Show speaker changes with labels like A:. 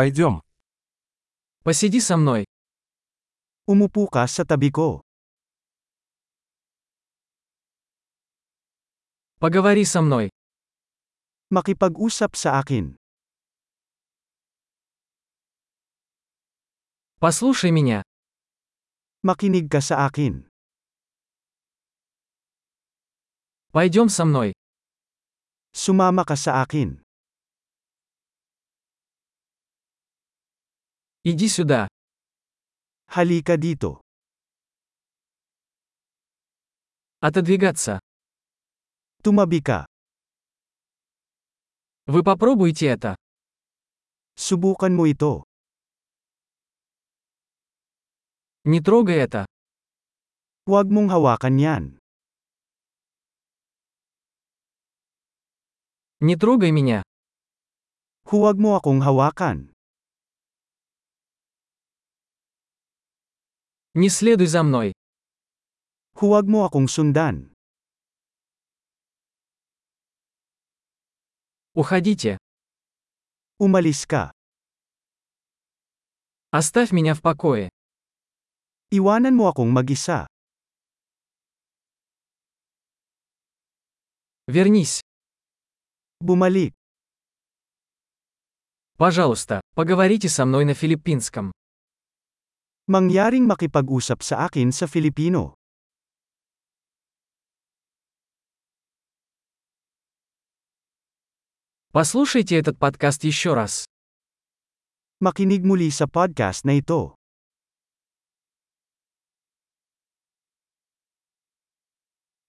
A: Пойдем.
B: Посиди со мной.
C: Umupo ka sa tabi ko.
B: Поговори со мной.
C: Makipag-usap sa akin.
B: Послушай меня.
C: Makinig ka sa akin.
B: Пойдем со мной.
C: Sumama ka sa akin.
B: Иди сюда.
C: Halika dito.
B: Отодвигаться.
C: Tumabi ka.
B: Вы попробуйте это.
C: Subukan mo ito.
B: Не трогай это.
C: Huwag mong hawakan yan.
B: Не трогай меня.
C: Huwag mo akong hawakan.
B: Не следуй за мной.
C: Huwag mo akong sundan.
B: Уходите.
C: Umalis ka.
B: Оставь меня в покое.
C: Iwanan mo akong mag-isa.
B: Вернись.
C: Bumalik.
B: Пожалуйста, поговорите со мной на филиппинском.
C: Mangyaring makipag-usap sa akin sa Filipino.
B: Послушайте этот подкаст еще раз.
C: Makinig muli sa podcast na ito.